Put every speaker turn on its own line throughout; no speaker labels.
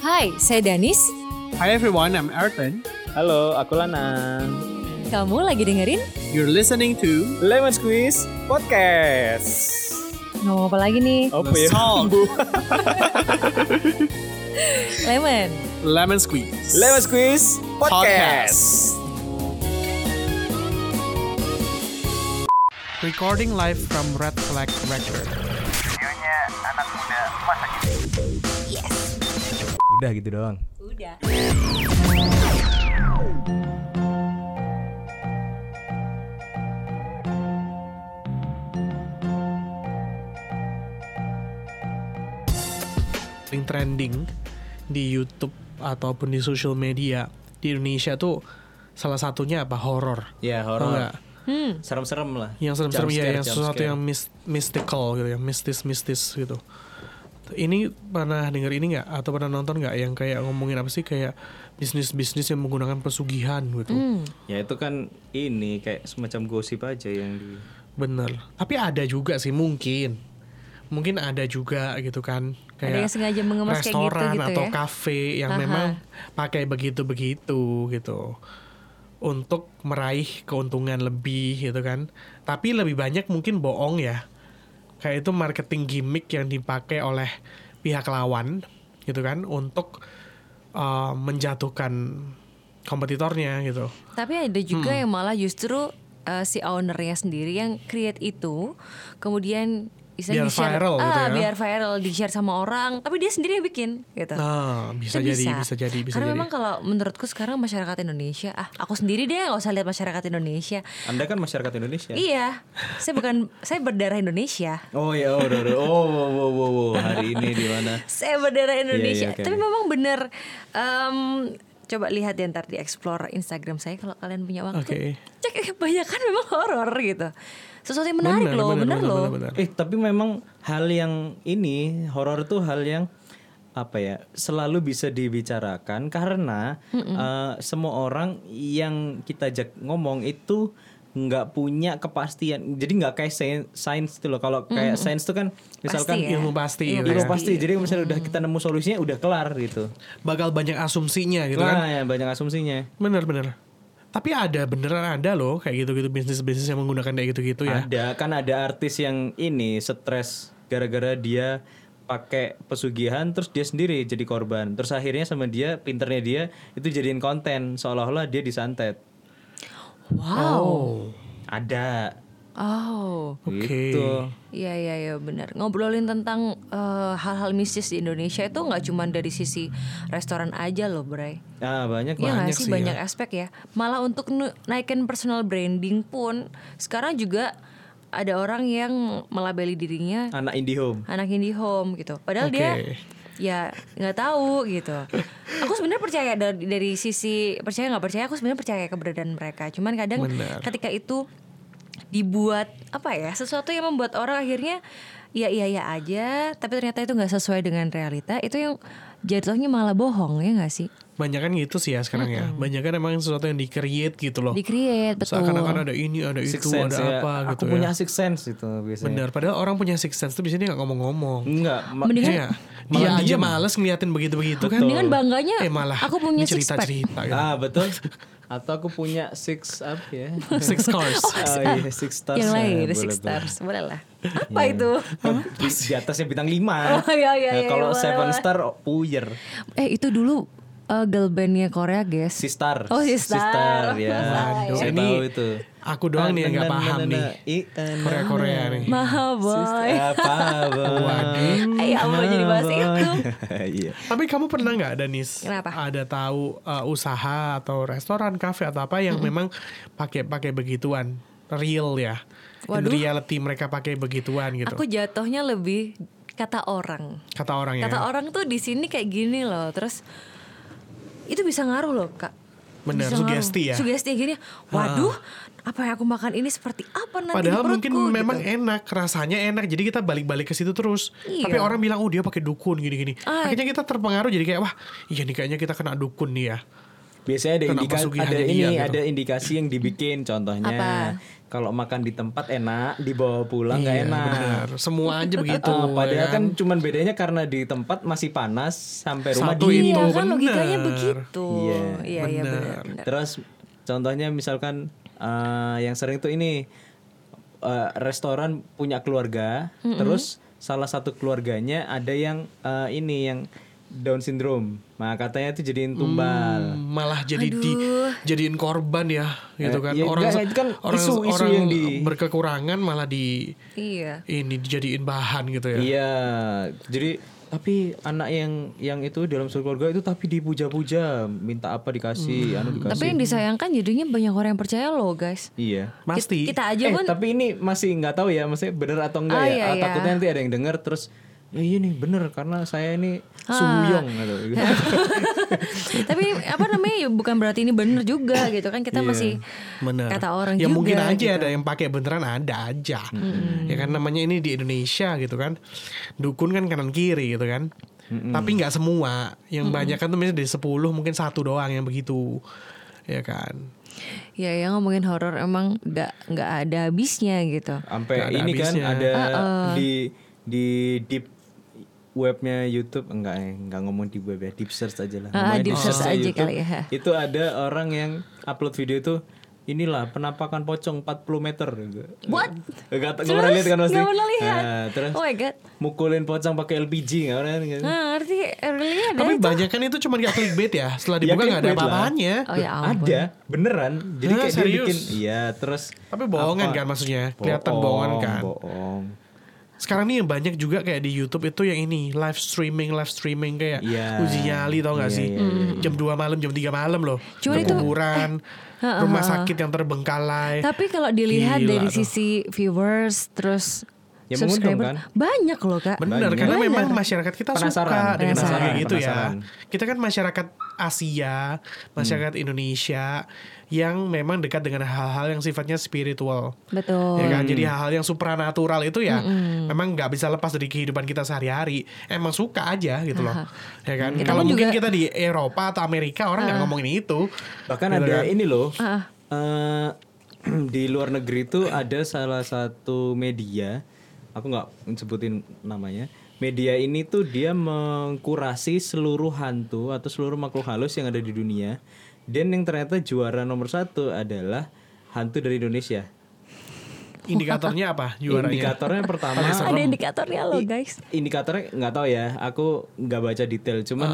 Hai, saya Danis.
Hi everyone, I'm Arton.
Halo, aku Lana.
Kamu lagi dengerin?
You're listening to
Lemon Squeeze Podcast.
Ngomong apa lagi nih?
Apa
The
ya?
Song
Lemon.
Lemon Squeeze.
Lemon Squeeze Podcast.
Recording live from Red Flag Record.
Udah gitu doang.
Udah.
Yang trending di YouTube ataupun di social media di Indonesia tuh salah satunya apa horor.
Ya,
Tau
horor.
nggak?
Hmm.
Serem-serem lah.
yang serem-serem
Jump
ya,
scare,
yang
jump
sesuatu
scare.
yang mis- mystical gitu, yang mistis-mistis gitu. Ini pernah denger ini nggak atau pernah nonton nggak yang kayak ngomongin apa sih kayak bisnis-bisnis yang menggunakan pesugihan gitu.
Hmm.
Ya itu kan ini kayak semacam gosip aja yang di
Bener. Tapi ada juga sih mungkin. Mungkin ada juga gitu kan kayak
Ada yang sengaja mengemas kayak gitu
restoran
gitu
atau
ya.
kafe yang
Aha.
memang pakai begitu-begitu gitu. Untuk meraih keuntungan lebih gitu kan. Tapi lebih banyak mungkin bohong ya. Kayak itu marketing gimmick yang dipakai oleh pihak lawan gitu kan untuk uh, menjatuhkan kompetitornya gitu.
Tapi ada juga
Hmm.
yang malah justru eh, si ownernya sendiri yang create itu, kemudian
Biar
istilahnya di-share-
viral
ah,
gitu ya.
biar viral di share sama orang, tapi dia sendiri yang bikin gitu.
Nah, bisa,
Itu
jadi, bisa jadi, bisa
Karena
jadi.
memang kalau menurutku sekarang masyarakat Indonesia, ah aku sendiri deh nggak usah lihat masyarakat Indonesia.
Anda kan masyarakat Indonesia.
Ya.
Iya, saya bukan saya berdarah Indonesia.
Oh ya, oh, udah, udah. oh, wow, wow, wow, wow. hari ini di mana?
saya berdarah Indonesia.
Iya, iya, oke,
Tapi
oke.
memang bener. em, coba lihat ya ntar di explore Instagram saya kalau kalian punya waktu.
Oke.
Cek eh, kebanyakan memang horor gitu. Sesuatu yang menarik loh, bener, loh.
bener.
Eh tapi memang hal yang ini horor tuh hal yang apa ya selalu bisa dibicarakan karena eh, semua orang yang kita ajak ngomong itu nggak punya kepastian jadi nggak kayak sain- sains itu loh kalau kayak sains itu kan misalkan
Pasti ya.
Ilmu pasti gitu
ilmu
ya.
pasti jadi misalnya udah kita nemu solusinya udah kelar gitu,
bakal banyak asumsinya gitu kan.
nah ya banyak asumsinya
Bener-bener. Tapi ada beneran ada loh kayak gitu-gitu bisnis-bisnis yang menggunakan kayak gitu-gitu
Iya.
ya.
ada kan ada artis yang ini stres gara-gara dia pakai pesugihan terus dia sendiri jadi korban terus akhirnya sama dia pinternya dia itu jadiin konten seolah-olah dia disantet
Wow.
ada
Oh.
Oke.
gitu
Iya iya iya benar. Ngobrolin tentang eh, hal-hal mistis di Indonesia itu nggak cuma dari sisi restoran aja loh, Bray.
ah banyak
Iya
banget
nggak sih banyak aspek ya. Malah untuk nu- naikin personal branding pun sekarang juga ada orang yang melabeli dirinya
anak IndiHome
anak indie home gitu. Padahal dia
Oke.
ya nggak tahu gitu. Aku sebenarnya percaya dari, dari sisi percaya nggak percaya, aku sebenarnya percaya keberadaan mereka. Cuman kadang
Benar.
ketika itu dibuat apa ya sesuatu yang membuat orang akhirnya ya iya iya aja, tapi ternyata itu nggak sesuai dengan realita. Itu yang jatuhnya malah bohong ya nggak sih?
Banyak kan gitu sih ya sekarang ya. Banyak kan emang sesuatu yang di-create gitu
Oh.
loh.
Di-create betul.
Seakan-akan ada ini, ada
Six
itu,
sense
ada
ya.
apa
aku
gitu
punya
ya.
six sense itu biasanya
Bener. Padahal orang punya six sense tuh biasanya nggak ngomong-ngomong.
enggak ma-
Mendingan-
Iya. Dia
Malah
aja
diem.
males ngeliatin begitu-begitu kan.
Mendingan bangganya
Eh malah
aku punya
ini
six pack.
cerita-cerita gitu.
ah betul atau aku punya six up ya
Six cars.
Oh, iya, six
Ah,
stars
yang
ya,
lain
boleh, Iya.
six
boleh.
stars boleh lah. Apa itu?
di, Hmm. di atasnya bintang 5
Oh, iya, iya, iya,
kalau
boleh,
seven
boleh.
star oh, puyer
Eh itu dulu eh, girl bandnya Korea guys.
si star
Oh, si
Si star,
star.
ya
Salah
Waduh,
saya
ini
tahu itu
aku doang nih yang nggak paham nih. Korea-Korea nih.
Maha boy.
apa
Waduh.
Ayo mau jadi bahas itu.
iya
Tapi kamu pernah nggak Danis?
Kenapa?
Ada tahu uh, usaha atau restoran, kafe atau apa yang memang pakai pakai begituan, real ya? In
Waduh.
reality mereka pakai begituan gitu.
Aku jatuhnya lebih kata orang.
kata orang ya.
Kata orang tuh di sini kayak gini loh. Terus itu bisa ngaruh loh kak.
Bener,
Bisa ngaruh.
sugesti ya?
Sugesti gini. Waduh, apa yang aku makan ini seperti apa nanti
Padahal
di
mungkin
perutku,
memang
gitu.
enak, rasanya enak. Jadi kita balik-balik ke situ terus.
Iya.
Tapi orang bilang oh dia pakai dukun gini-gini.
Ah.
Akhirnya kita terpengaruh jadi kayak wah, iya nih kayaknya kita kena dukun nih ya.
Biasanya ada
Kena
indikasi
masuki
ada
hanya
ini
dia gitu.
ada indikasi yang dibikin
Apa?
contohnya kalau makan di tempat enak dibawa pulang nggak
Iya,
enak.
benar. Semua aja begitu.
Ah, padahal
ya
kan cuman bedanya karena di tempat masih panas sampai rumah
Satu itu,
dingin.
iya kan
bener.
logikanya begitu. iya
Iya,
iya benar. benar.
Terus contohnya misalkan eh, yang sering tuh ini eh, restoran punya keluarga, terus salah satu keluarganya ada yang eh, ini yang Down syndrome. Nah katanya itu jadiin
Hmm.
tumbal.
malah jadi di jadiin korban ya gitu
Eh,
kan
iya,
orang
enggak, itu kan
orang
isu- isu
orang
yang di-
berkekurangan malah di
Iya.
ini dijadiin bahan gitu ya
Iya. Jadi tapi anak yang yang itu dalam satu keluarga itu tapi dipuja-puja, minta apa dikasih, anu
Hmm. Tapi
dikasih.
yang disayangkan jadinya banyak orang yang percaya lo guys.
Iya.
pasti
Kita aja
eh,
pun
tapi ini masih nggak tahu ya maksudnya bener atau
Ah,
enggak ya
iya,
Ah,
iya.
takutnya nanti ada yang dengar terus ya iya nih bener karena saya ini sumyong
Ah.
gitu
tapi apa namanya ya bukan berarti ini bener juga gitu kan kita masih
Iya. bener
kata orang
ya
juga.
mungkin aja
gitu.
ada yang pakai beneran ada aja ya kan namanya ini di Indonesia gitu kan dukun kan kanan kiri gitu kan tapi nggak semua yang banyak kan tuh misalnya dari 10 mungkin satu doang yang begitu ya kan
Ya yang ngomongin horor emang nggak nggak ada habisnya gitu.
sampai
Nggak ada
ini kan
habisnya.
ada
Ah,
di di deep webnya YouTube enggak eh, enggak ngomong deep web ya deep search aja lah
Ah,
Ngomongnya
deep search
searchnya
aja kali ya.
itu ada orang yang upload video itu inilah penampakan pocong 40 meter gitu.
What?
Enggak
Terus?
pernah lihat kan pasti.
Nggak pernah lihat.
Nah, terus
Oh my God.
mukulin pocong pakai LPG nggak pernah kan?
Nah, arti really ada.
tapi banyak kan itu cuma kayak clickbait ya setelah
Ya,
dibuka nggak ada
clickbait lah.
apa-apanya
oh ya ampun.
ada beneran jadi
Hah,
kayak dia
serius?
bikin iya terus
tapi bohongan
apa?
kan maksudnya kelihatan bohongan kan
bohong
sekarang nih yang banyak juga kayak di YouTube itu yang ini live streaming live streaming kayak
Iya.
uji nyali tau gak
Iya,
sih
iya,
jam 2 malam jam 3 malam loh
Cuman itu- Eh,
kuburan rumah sakit yang terbengkalai
Tapi kalau dilihat
Gila
dari
tuh.
sisi viewers terus
Ya, menguntung,
subscriber
kan?
banyak loh kak.
bener
Banyak.
karena
Bener.
memang masyarakat kita suka
Penasaran,
dengan hal kayak
penasaran,
gitu
penasaran. Hmm.
ya kita kan masyarakat Asia masyarakat Indonesia yang memang dekat dengan hal-hal yang sifatnya spiritual
Betul.
Ya kan? Jadi hal-hal yang supranatural itu ya memang nggak bisa lepas dari kehidupan kita sehari-hari. Emang suka aja gitu loh. Ya kan?
Kita
Kalau
pun
mungkin
juga-
kita di Eropa atau Amerika orang nggak ngomongin itu.
bahkan
Gitu
ada
kan?
ini loh
Ah.
eh, di luar negeri itu ada salah satu media aku nggak sebutin namanya media ini tuh dia mengkurasi seluruh hantu atau seluruh makhluk halus yang ada di dunia dan yang ternyata juara nomor satu adalah hantu dari Indonesia
indikatornya apa? Juaranya.
indikatornya pertama
Ada indikatornya loh
I-
guys.
Indikatornya nggak tahu ya, aku nggak baca detail, cuman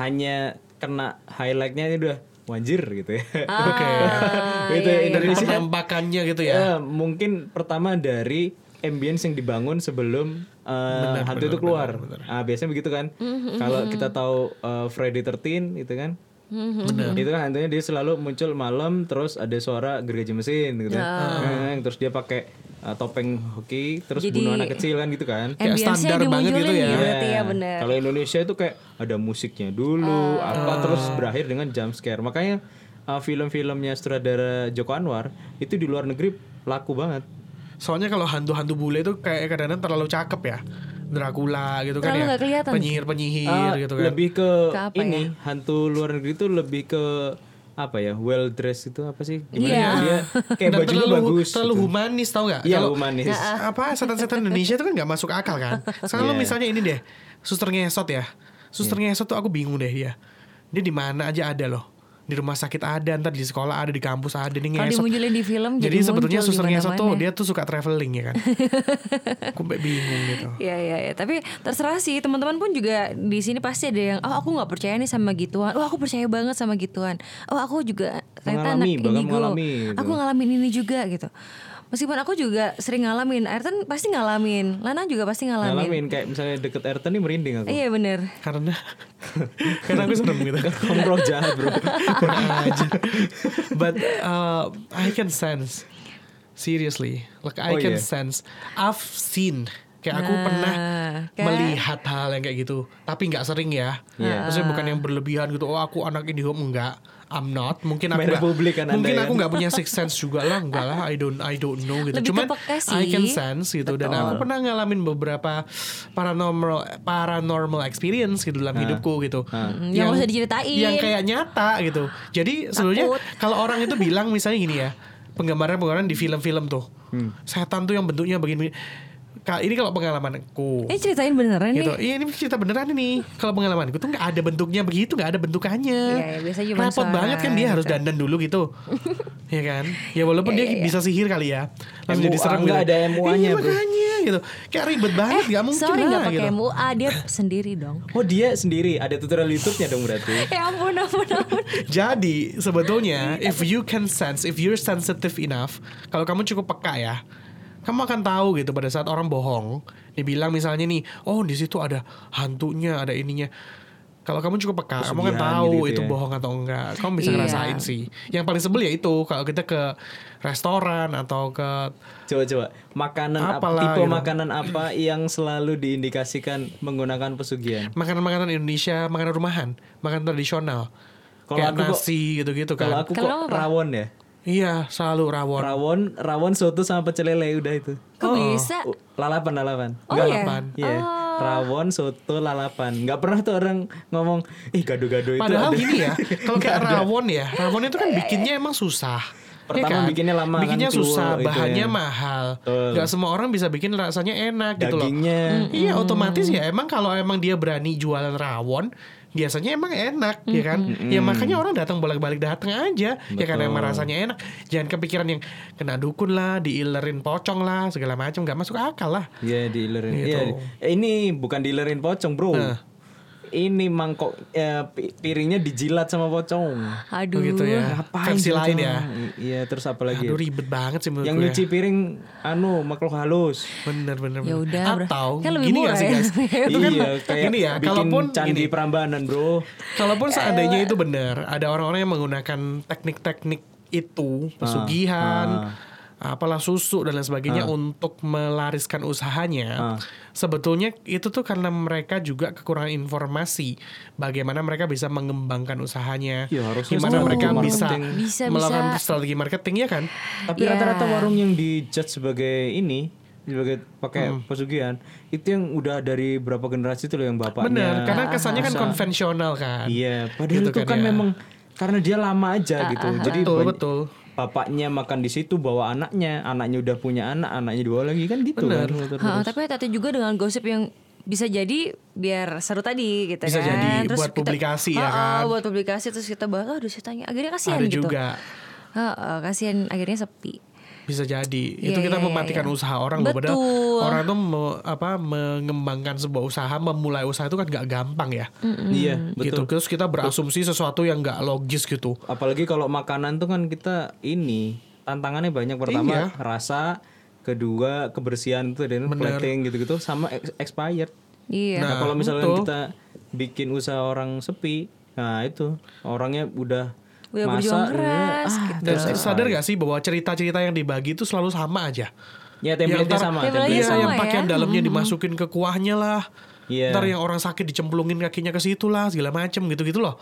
hanya kena highlightnya ini udah wanjir gitu ya.
Ah,
Oke.
iya,
gitu ya, Indonesia.
Penampakannya gitu ya.
Eh, mungkin pertama dari ambience yang dibangun sebelum eh, hantu itu keluar. Ah, biasanya begitu kan.
Mm-hmm,
Kalau kita tahu eh, Friday 13 gitu kan.
Mm-hmm.
Itu kan hantunya dia selalu muncul malam terus ada suara gergaji mesin gitu. kan. Eh, terus dia pakai eh, topeng hoki terus
Ah. Jadi-
bunuh anak kecil kan gitu kan.
Kayak standar banget gitu
dimunculin
ya.
ya. Berarti ya
Nah,
bener. Ah.
Kalau Indonesia itu kayak ada musiknya dulu, apa terus berakhir dengan jump scare. Makanya uh, film-filmnya sutradara Joko Anwar itu di luar negeri laku banget.
Soalnya kalau hantu-hantu bule itu kayak kadang-kadang terlalu cakep ya. Dracula gitu
Terlalu
kan ya.
nggak kelihatan. Oh,
Penyihir-penyihir
Uh,
gitu kan.
Lebih ke,
Ke apa ya?
ini hantu luar negeri itu lebih ke apa ya? Well dressed itu apa sih? Gimana
Iya.
ya? Dia kayak
Dan
bajunya
terlalu,
bagus.
terlalu
gitu.
humanis tau nggak?
Iya,
Kalau-
humanis.
apa setan-setan Indonesia itu kan nggak masuk akal kan sekarang lo
Iya.
misalnya ini deh suster ngesot ya suster ngesot tuh aku bingung deh dia dia di mana aja ada loh di rumah sakit ada ntar di sekolah ada di kampus ada nih
Kalau
ngesot
dimunculin di film jadi,
jadi sebetulnya
muncul
suster ngesot tuh
dimana-mana.
dia tuh suka traveling ya kan aku sampai bingung gitu
Iya iya iya, tapi terserah sih teman-teman pun juga di sini pasti ada yang oh aku nggak percaya nih sama gituan. Oh aku percaya banget sama gituan. Oh aku juga ternyata anak
Mengalami, bahkan
indigo.
mengalami gitu.
Aku ngalamin ini juga gitu. Meskipun aku juga sering ngalamin, Ayrton pasti ngalamin, Lana juga pasti ngalamin.
Ngalamin Nah, kayak misalnya deket Ayrton nih merinding aku.
ya. Iya bener
karena karena aku serem gitu
Komproh jahat bro.
aja. But uh, I can sense, seriously, like I
Oh,
can
yeah.
sense. I've seen Kayak aku
Nah,
pernah
kayak-
melihat hal yang kayak gitu, tapi nggak sering ya.
Iya.
Maksudnya
Ah.
bukan yang berlebihan gitu. Oh aku anak IndiHome enggak. I'm not. Mungkin aku
Main
nggak-
publik kan Anda
mungkin
ya
aku
kan?
nggak punya sixth sense juga lah. Enggak lah. I don't I don't know gitu.
Lebih
Cuman
ke peka sih.
I can sense gitu. Dan
Betul.
aku pernah ngalamin beberapa paranormal paranormal experience gitu
Ah.
dalam hidupku gitu.
Mm, yang nggak usah diceritain.
Yang kayak nyata gitu. Jadi sebenarnya
Takut.
kalau orang itu bilang misalnya gini ya, penggambaran-penggambaran di film-film tuh.
Hmm.
Setan tuh yang bentuknya begini. Ka- Ini kalau pengalamanku.
Ini Eh, ceritain beneran
gitu.
nih.
Iya ini cerita beneran ini. Kalau pengalamanku tuh nggak ada bentuknya begitu, nggak ada bentukannya.
Iya, iya, biasanya cuma
Repot
suara
banget kan dia harus
gitu.
dandan dulu gitu. Iya kan? Ya walaupun
Iya,
dia
iya, iya.
bisa sihir kali ya. Langsung
MUA,
jadi serem
nggak
gitu.
ada MUA-nya,
Iya,
bro.
makanya gitu. Kayak ribet banget, nggak mungkin
Eh, Sorry
lah,
nggak pakai
gitu.
MUA dia sendiri dong.
Oh dia sendiri ada tutorial YouTube-nya dong berarti.
Ya ampun ampun ampun.
Jadi sebetulnya if you can sense, if you're sensitive enough, kalau kamu cukup peka ya, kamu akan tahu gitu pada saat orang bohong, dibilang misalnya nih, oh di situ ada hantunya, ada ininya. Kalau kamu cukup peka, kamu kan
Pesugihan
tahu
gitu-gitu
itu
ya.
bohong atau enggak. Kamu bisa
Iya.
ngerasain sih. Yang paling sebel ya itu kalau kita ke restoran atau ke
Coba-coba makanan ap-
Apalah,
tipe
gitu.
makanan apa yang selalu diindikasikan menggunakan pesugihan?
makanan-makanan Indonesia, makanan rumahan, makanan tradisional.
Kalau
kayak
aku kok-
nasi gitu-gitu
Kalau
kan.
aku
Kalau
kok
apa?
rawon ya.
Iya, selalu rawon.
Rawon, rawon soto sama pecel lele udah itu.
Kok bisa?
Oh, Lalapan, lalapan.
Oh
Nggak
iya.
lapan.
Iya. Rawon, soto, lalapan. Nggak pernah tuh orang ngomong, "Ih, gado-gado itu."
Padahal
ada."
gini ya, kalau kayak rawon ya, rawon itu kan bikinnya emang susah. Ya
Iya, Pertama
kan?
bikinnya lama kan,
Bikinnya
keluar
susah,
itu
bahannya
ya.
mahal.
Betul.
Gak semua orang bisa bikin rasanya enak gitu loh.
Dagingnya. Hmm.
Iya, otomatis ya emang kalau emang dia berani jualan rawon, biasanya emang enak ya kan. Ya makanya orang datang bolak-balik datang aja ya kan emang rasanya enak. Jangan kepikiran yang kena dukun lah, diilerin pocong lah, segala macam nggak masuk akal lah.
Iya, diilerin.
Gitu.
Iya. Eh, Ini bukan diilerin pocong, Bro.
Nah.
Ini mangkok eh, pi- piringnya dijilat sama pocong.
Aduh.
Begitu ya. Ah, Versi
gitu?
lain ya.
I- Iya, terus apa lagi?
Aduh ribet banget sih menurut
yang
gue ya.
nyuci piring anu makhluk halus.
Bener bener.
Ya
bener.
udah, bro.
Atau
Kan lebih
gini
murah
gak sih
ya.
guys? itu kan
iya, kayak
gini ya.
bikin
Kalaupun
candi
gini,
Prambanan,
Eh.
Bro.
kalaupun seandainya itu benar, ada orang-orang yang menggunakan teknik-teknik itu
Ah,
pesugihan. Apalah susu dan lain sebagainya
Ah.
untuk melariskan usahanya. Sebetulnya itu tuh karena mereka juga kekurangan informasi bagaimana mereka bisa mengembangkan usahanya,
Iya, harusnya
gimana
strategi
mereka bisa,
marketing.
Bisa,
melakukan
bisa.
strategi marketing ya kan?
Tapi
Iya.
rata-rata warung yang dijudge sebagai ini sebagai pakai
Hmm.
pesugihan itu yang udah dari berapa generasi itu loh yang bapaknya.
Bener, karena kesannya kan konvensional kan.
Iya, padahal
Gitu
itu
kan
kan,
ya.
memang karena dia lama aja gitu. Jadi
Betul,
banyak-
betul.
Bapaknya makan di situ bawa anaknya, anaknya udah punya anak, anaknya dibawa lagi kan gitu kan.
Ha, tapi hati-hati juga dengan gosip yang bisa jadi biar seru tadi gitu kan.
Bisa jadi, buat publikasi ya
Ha-ha,
kan?
buat publikasi terus kita bahas "Oh, aduh ceritanya akhirnya kasihan
Ada
gitu.
juga.
Ha-ha, kasihan akhirnya sepi.
bisa jadi
Iya,
itu
iya,
kita
iya,
mematikan
iya.
usaha orang loh. padahal
Betul.
orang tuh me- apa mengembangkan sebuah usaha memulai usaha itu kan nggak gampang ya
Iya,
gitu
betul.
terus kita berasumsi sesuatu yang nggak logis gitu
Apalagi kalau makanan tuh kan kita ini tantangannya banyak
Iya.
pertama rasa, kedua kebersihan itu dan plating gitu-gitu sama ex- expired.
Iya.
Nah,
Nah,
kalau misalnya
betul.
kita bikin usaha orang sepi, nah itu orangnya udah
Udah
masak,
berjuang
udah,
keras,
ah,
gitu.
dan
terus
sadar gak sih bahwa cerita-cerita yang dibagi itu selalu sama aja
Ya template-nya
ntar-
sama,
Template-nya
Iya,
sama
yang
ya.
pakaian dalamnya dimasukin ke kuahnya lah.
Iya.
Ntar yang orang sakit dicemplungin kakinya ke situ lah, segala macem gitu-gitu loh.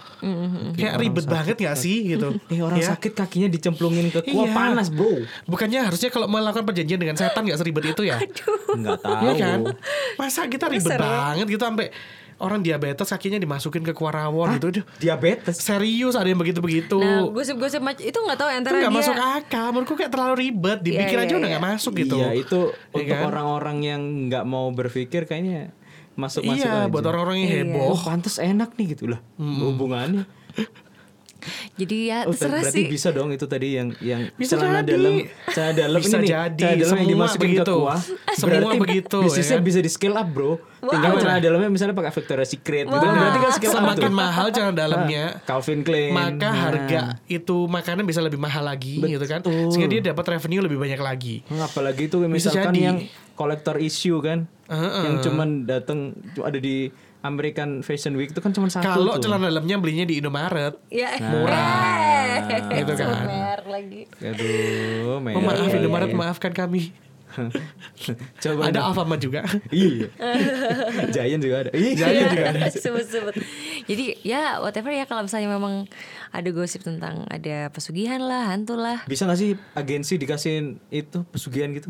Kayak ribet banget gak sih gitu.
Eh orang
Ya.
sakit kakinya dicemplungin ke kuah
Iya.
panas bro
Bukannya harusnya kalau melakukan perjanjian dengan setan gak seribet itu ya?
Enggak tahu
Iya kan? Masa kita ribet banget gitu sampai orang diabetes kakinya dimasukin ke kuah rawon gitu. Aduh,
Diabetes
Serius ada yang begitu-begitu.
Nah, gosip-gosip mac- itu nggak tahu
itu
antara
nggak
dia
masuk akal. Menurutku kayak terlalu ribet. Dipikir
Iya,
aja
iya,
udah nggak masuk gitu.
Iya itu
Iya
untuk
kan?
orang-orang yang nggak mau berpikir kayaknya Masuk-masuk
Iya,
aja
buat orang-orang yang
Oh
heboh.
pantas enak nih gitu lah Hubungannya
Jadi ya
Oh,
terserah sih.
berarti bisa dong itu tadi yang yang
Bisa
celana
jadi.
dalam celana dalam
Bisa
ini nih,
jadi.
celana dalam yang
Semua
dimasukin
begitu.
ke kuah
Semua
berarti
begitu,
bisnisnya
ya kan?
bisa di scale up bro tinggal celana dalamnya misalnya pakai Victoria's Secret gitu kan berarti kan scale up
Semakin
tuh. Ah,
mahal jalan dalamnya.
Calvin Klein
Maka
Nah.
harga itu makanan bisa lebih mahal lagi gitu kan.
Betul.
Sehingga dia dapat revenue lebih banyak lagi.
Hmm, apalagi itu
Bisa
misalkan
jadi.
yang kolektor issue kan
Heeh.
yang cuman datang cuma ada di American Fashion Week itu kan cuma satu
Kalau
tuh.
celana dalamnya belinya di Indomaret,
Ya.
murah. Gitu kan.
Cemer lagi.
aduh
Oh,
Mel.
maaf
Iya, iya,
Oh, Indomaret
iya.
maafkan kami.
Coba
ada
deh.
Alfamart juga.
Iya. Giant juga ada. Iya.
Giant juga ada.
Sebut-sebut. Jadi ya whatever ya kalau misalnya memang ada gosip tentang ada pesugihan lah, hantu lah.
Bisa gak sih agensi dikasihin itu pesugihan gitu?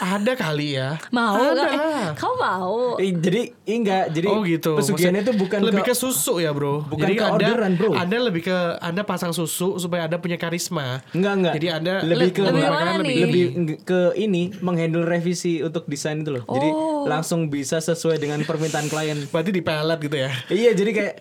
ada kali ya.
Mau
ada.
nggak? Eh, kau mau?
Eh, jadi eh, enggak, jadi
oh gitu.
pesugihannya itu
Maksudnya
bukan
lebih
ke-
ke, susu ya bro.
bukan
Jadi
ke
anda,
orderan, bro.
Anda lebih ke anda pasang susu supaya anda punya karisma.
Enggak, enggak.
Jadi anda
lebih ke
lebih
menggunakan
mana nih?
lebih nge- ke ini menghandle revisi untuk desain itu loh. Jadi langsung bisa sesuai dengan permintaan klien.
Berarti dipelet gitu ya.
iya, jadi kayak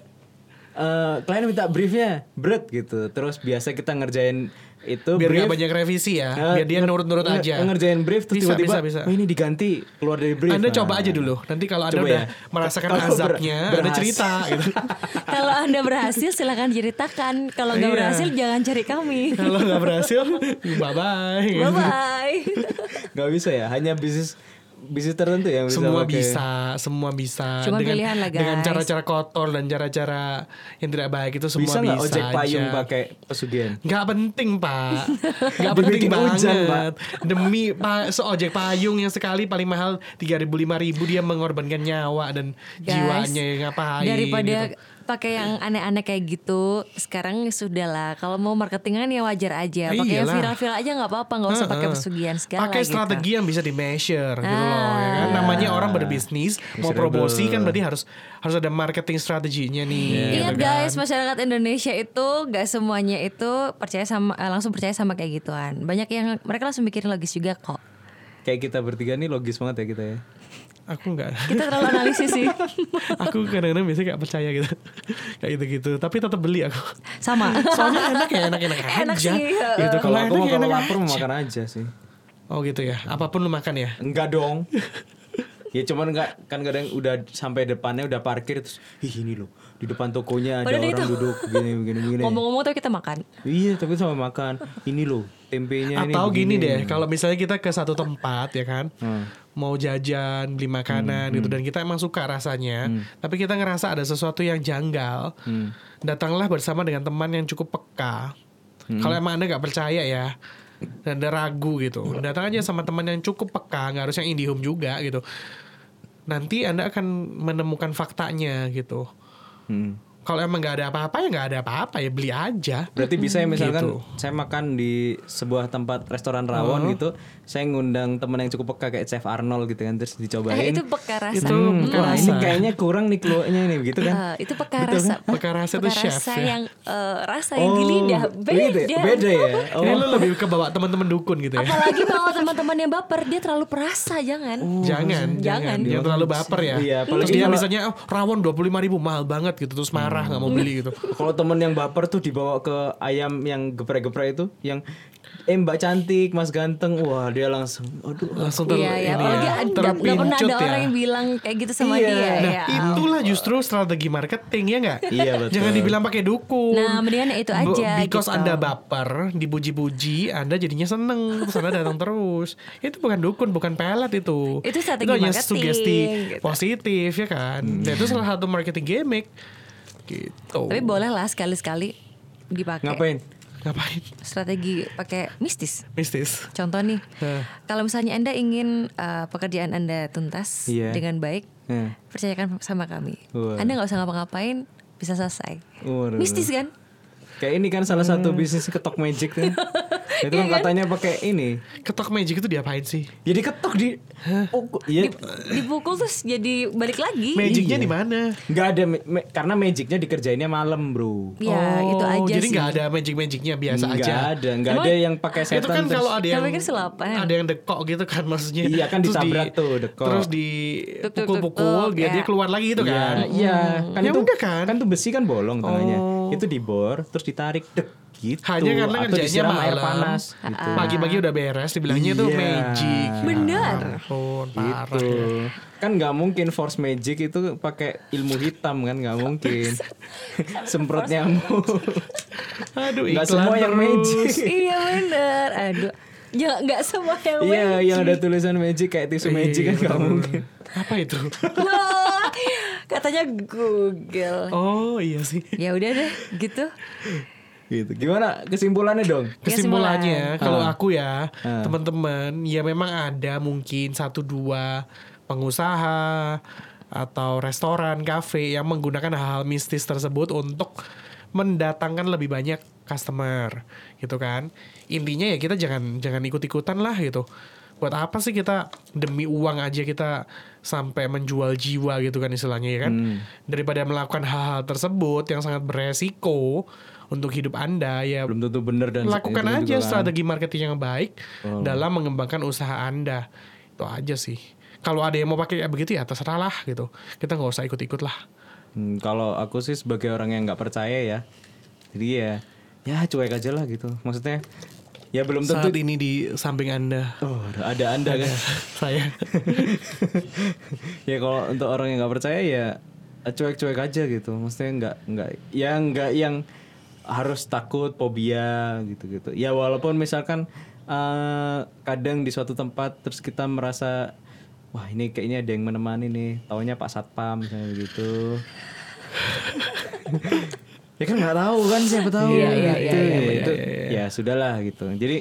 eh, klien minta briefnya, bret gitu. Terus biasa kita ngerjain itu
Biar
brief,
nggak banyak revisi ya.
eh,
biar dia
nger-
nurut-nurut
nge-
aja.
Ngerjain brief terus
Bisa,
tiba-tiba
bisa, bisa.
"Oh, ini diganti keluar dari brief.
Anda
Nah.
coba aja dulu. Nanti kalau Anda
Coba
udah
ya.
merasakan
Kalau ber-
azabnya, Anda
berhasil.
cerita gitu.
Kalau anda berhasil silahkan ceritakan. Kalau nggak
Iya.
berhasil jangan cari kami.
kalau nggak berhasil, bye-bye.
Bye bye.
Gak bisa ya, hanya bisnis bisnis tertentu yang bisa
semua
pakai.
bisa, semua bisa.
Cuma
dengan,
pilihan lah,
Dengan
guys.
cara-cara kotor dan cara-cara yang tidak baik itu semua
Bisa
bisa.
nggak ojek
aja.
payung pakai pesugihan?
Nggak penting pak, nggak
Demi
penting
hujan,
banget.
Pak.
Demi pak seojek payung yang sekali paling mahal tiga ribu dia mengorbankan nyawa dan
Guys,
jiwanya yang ngapain?
Daripada
gitu.
pakai yang aneh-aneh kayak gitu, sekarang sudahlah. Kalau mau marketingan ya wajar aja. Pakai yang
Ah, Iyalah.
viral-viral aja nggak apa-apa, nggak usah pakai
Heeh.
pesugihan segala.
Pakai
gitu.
strategi yang bisa di measure gitu loh, ya kan?
Ah.
Namanya orang berbisnis mau
Measurable.
promosi kan berarti harus harus ada marketing strateginya nih. gitu
Ingat
kan.
Iya, guys, masyarakat Indonesia itu gak semuanya itu percaya sama eh, langsung percaya sama kayak gituan. Banyak yang mereka langsung mikirin logis juga kok.
Kayak kita bertiga nih logis banget ya kita ya.
Aku nggak,
Kita terlalu analisis sih.
aku kadang-kadang biasanya nggak percaya gitu, kayak gitu-gitu. Tapi tetap beli aku.
Sama.
Soalnya enak ya enak-enak aja.
Enak sih, heeh.
Gitu
Kalau aku mau
ya
kalau
enak
lapar mau
aja.
makan aja sih.
Oh gitu ya. Apapun lu makan ya.
Enggak dong. ya cuman enggak kan kadang udah sampai depannya udah parkir terus ih ini loh di depan tokonya ada
Padahal
orang
itu-
duduk begini begini begini.
Ngomong-ngomong tapi kita makan.
Iya tapi sama makan ini loh tempenya Ya, ini.
Atau gini
begini.
deh, kalau misalnya kita ke satu tempat ya kan,
Hmm.
mau jajan, beli makanan gitu dan kita emang suka rasanya,
Hmm.
tapi kita ngerasa ada sesuatu yang janggal. Datanglah bersama dengan teman yang cukup peka.
Hmm.
Kalau emang Anda nggak percaya ya, dan ada ragu gitu, datang aja sama teman yang cukup peka, nggak harus yang Indihome juga gitu. Nanti Anda akan menemukan faktanya gitu.
Hmm.
Kalau emang nggak ada apa-apa ya nggak ada apa-apa ya beli aja.
Berarti bisa ya misalkan
Gitu.
saya makan di sebuah tempat restoran rawon gitu, saya ngundang teman yang cukup peka kayak Chef Arnold gitu kan terus
Eh,
dicobain.
itu peka rasa. Hmm.
Itu bukan
Wah, ini
rasa.
kayaknya kurang nih keluarnya nih gitu kan.
Eh, itu peka rasa.
Peka rasa itu chef,
rasa
ya. Oh,
yang eh, rasa yang di lidah beda.
beda, Oh, beda ya. Oh.
Ini lu lebih ke bawa teman-teman dukun gitu ya.
Apalagi bawa teman-teman yang baper, dia terlalu perasa jangan.
Oh,
Iya,
jangan, jangan,
Jangan.
jangan terlalu baper ya.
Iya,
terus
apalagi
dia
kalau-
misalnya oh, rawon dua puluh ribu mahal banget gitu, terus marah nggak mau beli gitu.
Kalau temen yang baper tuh dibawa ke ayam yang geprek-geprek itu, yang eh Mbak cantik, Mas ganteng, wah dia langsung, aduh.
Langsung ter,
Iya ya, Apalagi
ini ya,
ada- nggak nggak pernah
terpincut
ada
ya.
orang yang bilang kayak gitu sama
Iya.
dia.
Nah,
ya.
itulah justru strategi marketing ya nggak?
Iya, betul.
Jangan dibilang pakai dukun.
Nah, mendingan itu
Bu-
aja
Because
gitu.
Anda baper, dipuji-puji, Anda jadinya seneng, terus Anda datang terus. Itu bukan dukun, bukan pelet itu.
Itu strategi
hanya
marketing,
sugesti
gitu. Hmm.
positif ya kan. Nah, itu salah satu marketing gimmick. Gitu.
Tapi boleh lah sekali-sekali dipakai.
Ngapain?
Ngapain?
Strategi pakai mistis.
Mistis.
Contoh nih,
Eh.
kalau misalnya anda ingin eh, pekerjaan anda tuntas
Iya.
dengan baik,
Eh.
percayakan sama kami.
Wah.
Anda nggak usah ngapa-ngapain, bisa selesai.
Waduh.
Mistis kan?
Kayak ini kan salah satu
Hmm.
bisnis ketok magic kan. itu kan
Iya
katanya pakai ini.
Ketok magic itu diapain sih?
Jadi ketok di pukul. Iya.
Dipukul terus jadi balik lagi.
Magicnya di mana?
Nggak ada ma- ma- karena magicnya dikerjainnya malam, Bro.
Ya
Oh,
itu aja
Jadi
sih.
nggak ada magic-magicnya biasa
Nggak
aja.
ada, nggak ada
Emang-
yang pakai setan.
itu kan
terus-
kalau ada yang
Tapi kan selapan.
ada yang dekok gitu kan maksudnya.
Iya, kan
Terus
ditabrak tuh, dekok.
Terus
Tuk, tuk,
dipukul-pukul
tuk, tuk,
dia dia
ya.
keluar lagi gitu
Iya,
kan.
Iya, kan
Ya
itu
udah kan. Oh.
Kan tuh besi kan bolong tengahnya. Itu dibor terus ditarik dek gitu.
Hanya karena
Atau
kerjanya
disiram
malam. Ah,
air panas gitu.
Pagi-pagi udah beres dibilangnya itu
Iya.
magic. Ya
Bener.
Ampun, parah.
Gitu. Kan nggak mungkin force magic itu pakai ilmu hitam kan nggak mungkin. Semprot nyamuk.
Aduh,
Nggak
iklan
semua yang
terus.
magic.
iya bener. Aduh. Ya nggak semua yang
Iya,
magic.
yang ada tulisan magic kayak tisu magic kan nggak
Bener.
mungkin.
Iya, Apa itu?
Wah, Katanya Google.
Oh, iya sih.
Ya udah deh, gitu.
gitu. Gimana kesimpulannya dong?
Kesimpulan.
kesimpulannya kalau aku ya teman-teman ya memang ada mungkin satu dua pengusaha atau restoran kafe yang menggunakan hal-hal mistis tersebut untuk mendatangkan lebih banyak customer gitu kan intinya ya kita jangan jangan ikut-ikutan lah gitu buat apa sih kita demi uang aja kita sampai menjual jiwa gitu kan istilahnya ya kan daripada melakukan hal-hal tersebut yang sangat beresiko untuk hidup anda ya
Belum tentu benar dan
lakukan
itu
aja
juga kan. Hmm.
strategi marketing yang baik dalam mengembangkan usaha anda itu aja sih kalau ada yang mau pakai kayak begitu ya terserah lah gitu kita nggak usah ikut-ikut lah
Hmm, kalau aku sih sebagai orang yang nggak percaya ya, jadi ya, ya cuek aja lah gitu. Maksudnya, ya belum tentu.
saat ini di samping anda
Oh, ada anda kan.
saya
ya kalau untuk orang yang nggak percaya ya cuek-cuek aja gitu. Maksudnya nggak nggak, ya nggak yang harus takut, fobia gitu-gitu. Ya walaupun misalkan eh, kadang di suatu tempat terus kita merasa wah ini kayaknya ada yang menemani nih. Taunya Pak Satpam misalnya begitu. ya kan nggak tahu kan siapa tahu
Iya, iya, iya,
gitu. Ya, itu- ya sudahlah gitu jadi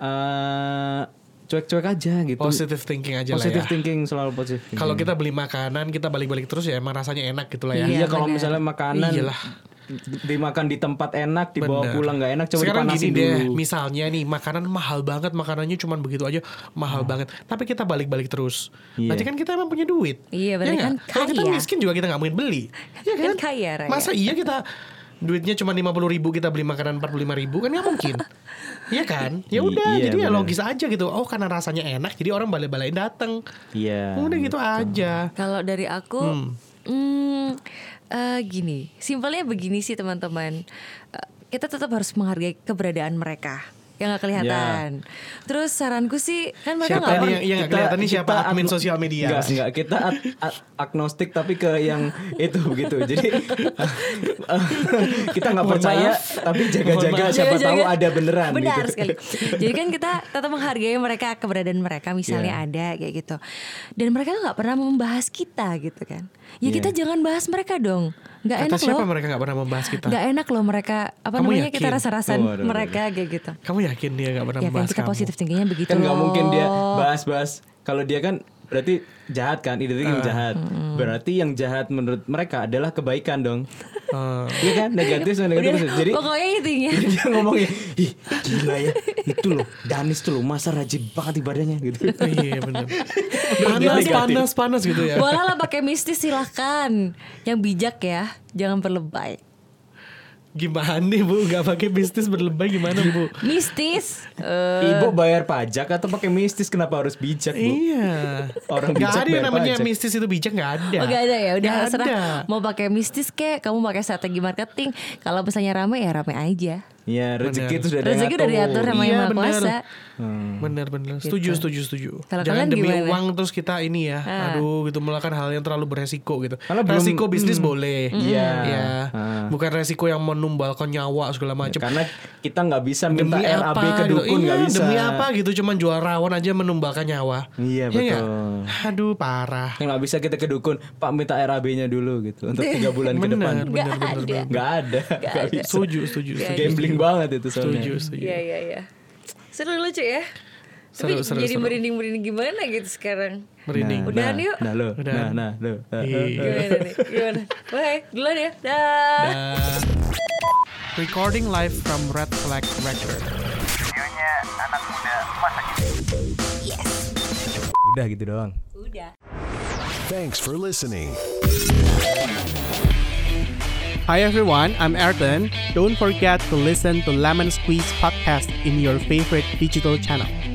eh, cuek-cuek aja gitu
Oh,
positive thinking aja
positive
lah ya
thinking selalu positif
kalau kita beli makanan kita balik-balik terus ya emang rasanya enak gitu lah ya
iya
Iya,
kalau
benar.
misalnya makanan
Iyalah.
dimakan di tempat enak dibawa
Benar.
pulang nggak enak coba
Sekarang
dipanasin
gini deh,
dulu
misalnya nih makanan mahal banget, makanannya cuman begitu aja mahal banget. Tapi kita balik-balik terus.
Iya.
Berarti kan kita emang punya duit.
Iya, berarti
nggak?
kan
Kalau kita
kaya.
miskin juga kita nggak mungkin beli. Iya
Kan kaya, Raya.
Masa iya kita duitnya cuma lima puluh ribu kita beli makanan empat puluh ribu kan nggak mungkin. Iya kan? Ya
I-
udah,
iya,
jadi ya
benar.
logis aja gitu. Oh karena rasanya enak, jadi orang balik-balain datang.
iya
udah gitu aja.
Kalau dari aku, mm, eh, gini, simpelnya begini sih teman-teman. Eh, kita tetap harus menghargai keberadaan mereka yang nggak kelihatan. Terus saranku sih, kan mereka
Siapa
nggak
yang-
pernah.
yang- yang nggak kelihatan nih siapa admin
agno-
sosial media.
anu- Nggak, nggak. kita ag- ag- agnostik tapi ke yang itu begitu. Jadi kita nggak
Mohon
percaya
maaf.
tapi jaga-jaga
Mohon
siapa tahu
Jaga-jaga.
ada beneran
Benar
gitu.
sekali. Jadi kan kita tetap menghargai mereka keberadaan mereka misalnya
Iya.
ada kayak gitu. Dan mereka tuh nggak pernah membahas kita gitu kan. Ya
Iya.
kita jangan bahas mereka dong. Nggak
Kata
enak
siapa
loh.
mereka nggak pernah membahas kita?
Nggak enak loh mereka apa
Kamu
namanya
yakin?
kita rasa-rasan
Waduh, waduh,
mereka kayak gitu.
Kamu yakin dia nggak pernah
Ya kan
membahas
kita
kamu?
positif tingginya begitu
Kan nggak
loh.
mungkin dia bahas-bahas. Kalau dia kan berarti jahat kan, identik
Ah.
yang jahat. Berarti yang jahat menurut mereka adalah kebaikan dong.
Eh,
Iya kan? Negatif sama negatif.
Udah,
positif. Jadi
pokoknya intinya
jadi dia ngomongnya, ih gila ya, itu loh, Danis tuh loh, masa rajin banget ibadahnya gitu.
iya benar. Panas,
Negatif.
panas, panas gitu ya.
boleh lah pakai mistis silahkan. Yang bijak ya, jangan berlebay.
Gimana nih bu? Gak pakai bisnis berlebay gimana bu?
Mistis. Eh,
Ibu bayar pajak atau pakai mistis kenapa harus bijak, Bu?
Iya.
Orang
gak
bijak
ada yang
bayar
namanya
pajak.
mistis itu bijak gak
Oh
ada.
gak ada ya udah
Nggak
terserah
ada.
mau pakai mistis kek kamu pakai strategi marketing kalau misalnya rame ya rame aja
Ya, rezeki
Benar.
itu sudah ada yang
rezeki udah
ngatur.
diatur sama
Iya,
yang maha
bener. Hmm.
kuasa
Bener bener. Setuju setuju setuju.
Kalau
Jangan
kalian
demi
gimana?
uang terus kita ini ya.
Ah.
Aduh gitu melakukan hal yang terlalu beresiko gitu.
Kalau belum-
resiko bisnis
hmm.
boleh.
Iya.
Iya.
Ah.
Bukan resiko yang menumbalkan nyawa segala macam.
Karena kita nggak bisa
demi
minta RAB
apa
ke
gitu.
dukun
Iya,
nggak bisa.
demi apa gitu cuman jual rawon aja menumbalkan nyawa
Iya,
nggak?
betul.
aduh parah
Yang nggak bisa kita ke dukun, Pak minta RAB-nya dulu gitu untuk tiga bulan ke
Iya,
depan.
bener bener bener
Iya.
bener.
Nggak ada, nggak bisa.
setuju setuju
Iya,
setuju.
Gambling banget itu soalnya. Nah,
setuju setuju
iya iya iya seru lucu ya
Seru,
tapi
seru,
jadi
seru.
merinding merinding gimana gitu sekarang
merinding
Udahan
nah,
yuk.
Nah, lo. Nah,
Udahan.
nah, lo. Nah,
Iya.
lo.
gimana nih gimana bye duluan ya dah
Dan- recording live from Red Flag Record
Udah gitu doang.
udah
Thanks for listening.
Hi everyone, I'm Ayrton. Don't forget to listen to Lemon Squeeze podcast in your favorite digital channel.